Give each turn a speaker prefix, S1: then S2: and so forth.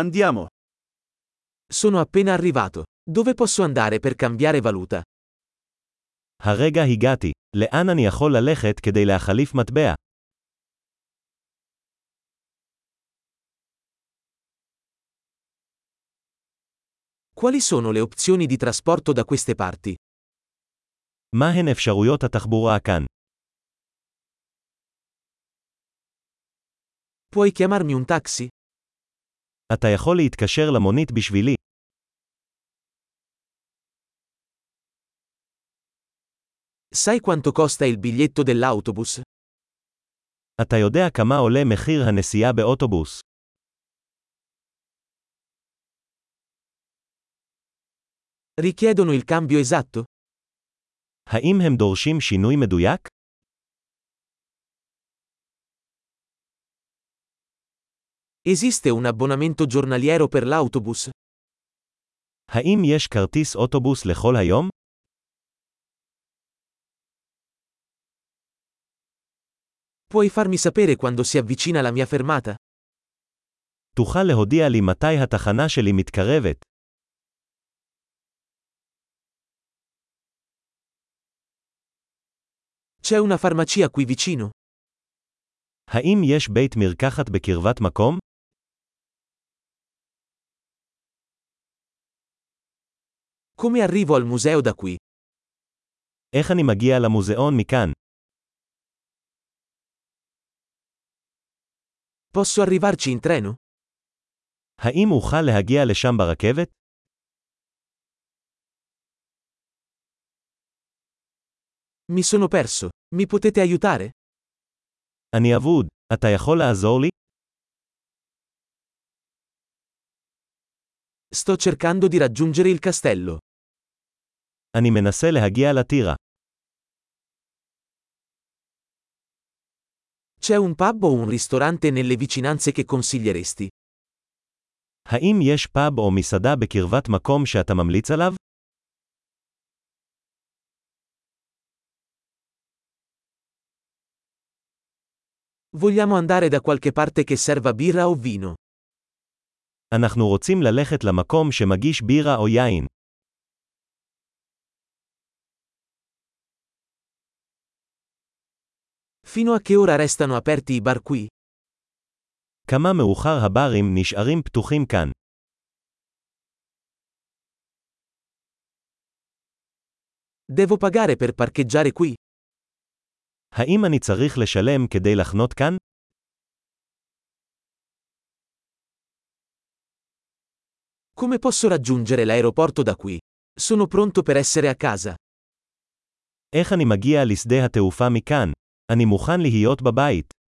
S1: Andiamo.
S2: Sono appena arrivato. Dove posso andare per cambiare valuta?
S3: הרגע הגעתי, לאן אני יכול ללכת כדי להחליף מטבע?
S2: Quali sono le opzioni di trasporto da queste parti?
S3: מהן אפשרויות התחבורה כאן?
S2: Puoi chiamarmi un taxi?
S3: אתה יכול להתקשר למונית בשבילי.
S2: Sai quanto costa il biglietto dell'autobus?
S3: אתה יודע כמה עולה מחיר הנסיעה באוטובוס.
S2: Richiedono il cambio esatto?
S3: האם הם דורשים שינוי מדויק?
S2: Esiste un abbonamento giornaliero per l'autobus?
S3: האם יש כרטיס אוטובוס לכל היום?
S2: Puoi farmi sapere quando si avvicina la mia fermata?
S3: תוכל להודיע לי מתי התחנה שלי מתקרבת.
S2: C'è una farmacia qui vicino?
S3: האם יש בית מרקחת בקרבת מקום?
S2: Come arrivo al museo da qui?
S3: איך אני מגיע למוזיאון מכאן?
S2: Posso arrivarci in treno?
S3: האם אוכל להגיע לשם ברכבת?
S2: Mi sono perso. Mi potete aiutare?
S3: אני אבוד. אתה יכול לעזור לי?
S2: Sto cercando di raggiungere il castello.
S3: אני מנסה להגיע לטירה.
S2: C'è un pub o un ristorante nelle vicinanze che consiglieresti?
S3: האם יש פאב או מסעדה בקרבת מקום שאתה ממליץ עליו?
S2: Vogliamo andare da qualche parte che serva birra o vino.
S3: אנחנו רוצים ללכת למקום שמגיש בירה או יין.
S2: Fino a che ora restano aperti i bar qui?
S3: כמה מאוחר הברים נשארים פתוחים כאן.
S2: Devo pagare per parcheggiare qui?
S3: האם אני צריך לשלם כדי לחנות כאן?
S2: Come posso raggiungere l'aeroporto da qui? Sono pronto per essere a casa.
S3: איך אני מגיע לשדה התעופה מכאן? אני מוכן להיות בבית.